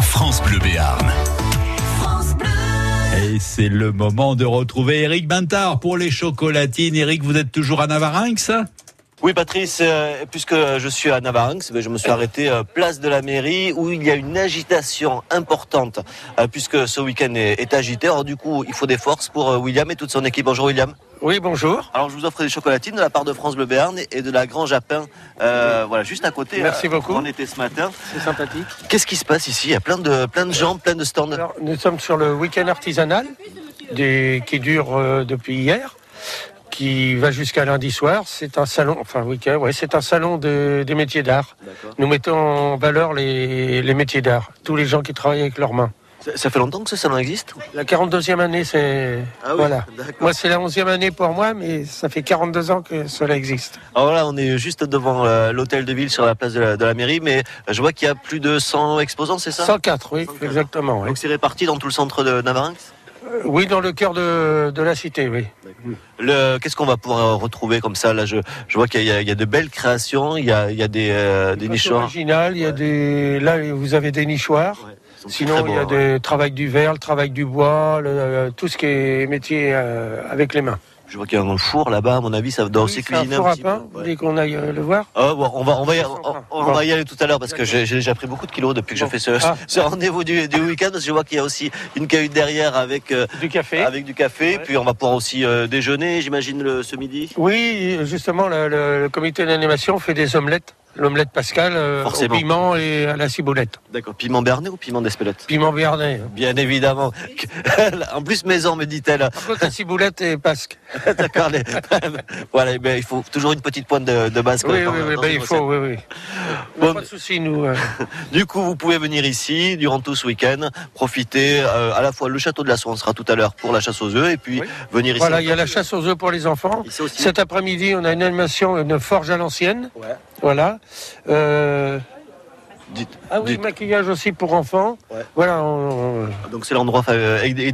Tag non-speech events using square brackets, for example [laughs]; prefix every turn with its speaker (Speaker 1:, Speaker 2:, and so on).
Speaker 1: France Bleu Béarn.
Speaker 2: Et c'est le moment de retrouver Eric Bintard pour les chocolatines. Eric, vous êtes toujours à Navarinx
Speaker 3: Oui, Patrice, euh, puisque je suis à Navarinx, ben, je me suis arrêté euh, place de la mairie où il y a une agitation importante euh, puisque ce week-end est, est agité. Alors, du coup, il faut des forces pour euh, William et toute son équipe. Bonjour, William.
Speaker 4: Oui, bonjour.
Speaker 3: Alors, je vous offre des chocolatines de la part de France Bleu Béarn et de la Grange à Pain. Euh, voilà, juste à côté.
Speaker 4: Merci
Speaker 3: euh,
Speaker 4: beaucoup.
Speaker 3: On était ce matin.
Speaker 4: C'est sympathique.
Speaker 3: Qu'est-ce qui se passe ici Il y a plein de, plein de gens, plein de stands.
Speaker 4: Alors, nous sommes sur le week-end artisanal des- qui dure euh, depuis hier, qui va jusqu'à lundi soir. C'est un salon, enfin week-end, ouais, c'est un salon de- des métiers d'art.
Speaker 3: D'accord.
Speaker 4: Nous mettons en valeur les, les métiers d'art, tous les gens qui travaillent avec leurs mains.
Speaker 3: Ça, ça fait longtemps que ce salon existe
Speaker 4: La 42e année, c'est
Speaker 3: Ah oui,
Speaker 4: voilà.
Speaker 3: d'accord.
Speaker 4: Moi, c'est la 11e année pour moi, mais ça fait 42 ans que cela existe.
Speaker 3: Alors là, on est juste devant euh, l'hôtel de ville sur la place de la, de la mairie, mais euh, je vois qu'il y a plus de 100 exposants, c'est ça
Speaker 4: 104, oui,
Speaker 3: 104.
Speaker 4: exactement. Oui.
Speaker 3: Donc c'est réparti dans tout le centre de Navarinx.
Speaker 4: Euh, oui, dans le cœur de, de la cité, oui.
Speaker 3: Le, qu'est-ce qu'on va pouvoir euh, retrouver comme ça Là, je, je vois qu'il y a, il y a de belles créations, il y a, il y a des, euh, des
Speaker 4: Pas
Speaker 3: nichoirs.
Speaker 4: original, il y a des là vous avez des nichoirs.
Speaker 3: Ouais, ils sont
Speaker 4: Sinon,
Speaker 3: très beaux,
Speaker 4: il y a
Speaker 3: hein,
Speaker 4: des
Speaker 3: ouais.
Speaker 4: travail du verre, le travail du bois, le- euh, tout ce qui est métier euh, avec les mains.
Speaker 3: Je vois qu'il y a un four là-bas, à mon avis, ça doit aussi
Speaker 4: C'est un
Speaker 3: cuisiner
Speaker 4: four
Speaker 3: un
Speaker 4: à
Speaker 3: petit
Speaker 4: pain,
Speaker 3: peu. ouais.
Speaker 4: dès qu'on aille euh, le voir.
Speaker 3: Ah, bon, on va, on va, y, on, on va y aller tout à l'heure parce que
Speaker 4: D'accord.
Speaker 3: j'ai j'ai déjà pris beaucoup de kilos depuis que je
Speaker 4: Bon.
Speaker 3: fais ce,
Speaker 4: Ah.
Speaker 3: ce rendez-vous du, du week-end. Parce que je vois qu'il y a aussi une cahute derrière avec, euh,
Speaker 4: Du café.
Speaker 3: avec du café.
Speaker 4: Ouais.
Speaker 3: Puis on va pouvoir aussi euh, déjeuner, j'imagine, le, ce midi.
Speaker 4: Oui, justement, le, le- le comité d'animation fait des omelettes. L'omelette Pascal euh, au
Speaker 3: Forcément.
Speaker 4: piment et à la ciboulette.
Speaker 3: D'accord. Piment bernet ou piment d'Espelette
Speaker 4: Piment béarnais. hein.
Speaker 3: Bien évidemment. [laughs] en plus, maison, me dit-elle.
Speaker 4: Par contre, la ciboulette et
Speaker 3: [laughs]
Speaker 4: pasque.
Speaker 3: D'accord. les- voilà, eh ben, il faut toujours une petite pointe de, de base. quand
Speaker 4: Oui,
Speaker 3: même,
Speaker 4: oui,
Speaker 3: dans
Speaker 4: oui,
Speaker 3: une
Speaker 4: ben, il
Speaker 3: recette.
Speaker 4: faut, oui, oui. On
Speaker 3: Bon,
Speaker 4: a pas de souci, nous. euh.
Speaker 3: Du coup, vous pouvez venir ici durant tout ce week-end, profiter euh, à la fois le château de la Soie, on sera tout à l'heure pour la chasse aux œufs, et puis
Speaker 4: Oui.
Speaker 3: venir ici.
Speaker 4: Voilà, il y a la chasse aux œufs pour les enfants.
Speaker 3: Ici aussi.
Speaker 4: Cet après-midi, on a une animation, une forge à l'ancienne.
Speaker 3: Ouais.
Speaker 4: Voilà. Euh,
Speaker 3: Dites-
Speaker 4: ah oui,
Speaker 3: dites-
Speaker 4: maquillage aussi pour enfants.
Speaker 3: Ouais.
Speaker 4: Voilà, on- on-
Speaker 3: donc c'est l'endroit fa- euh, idéal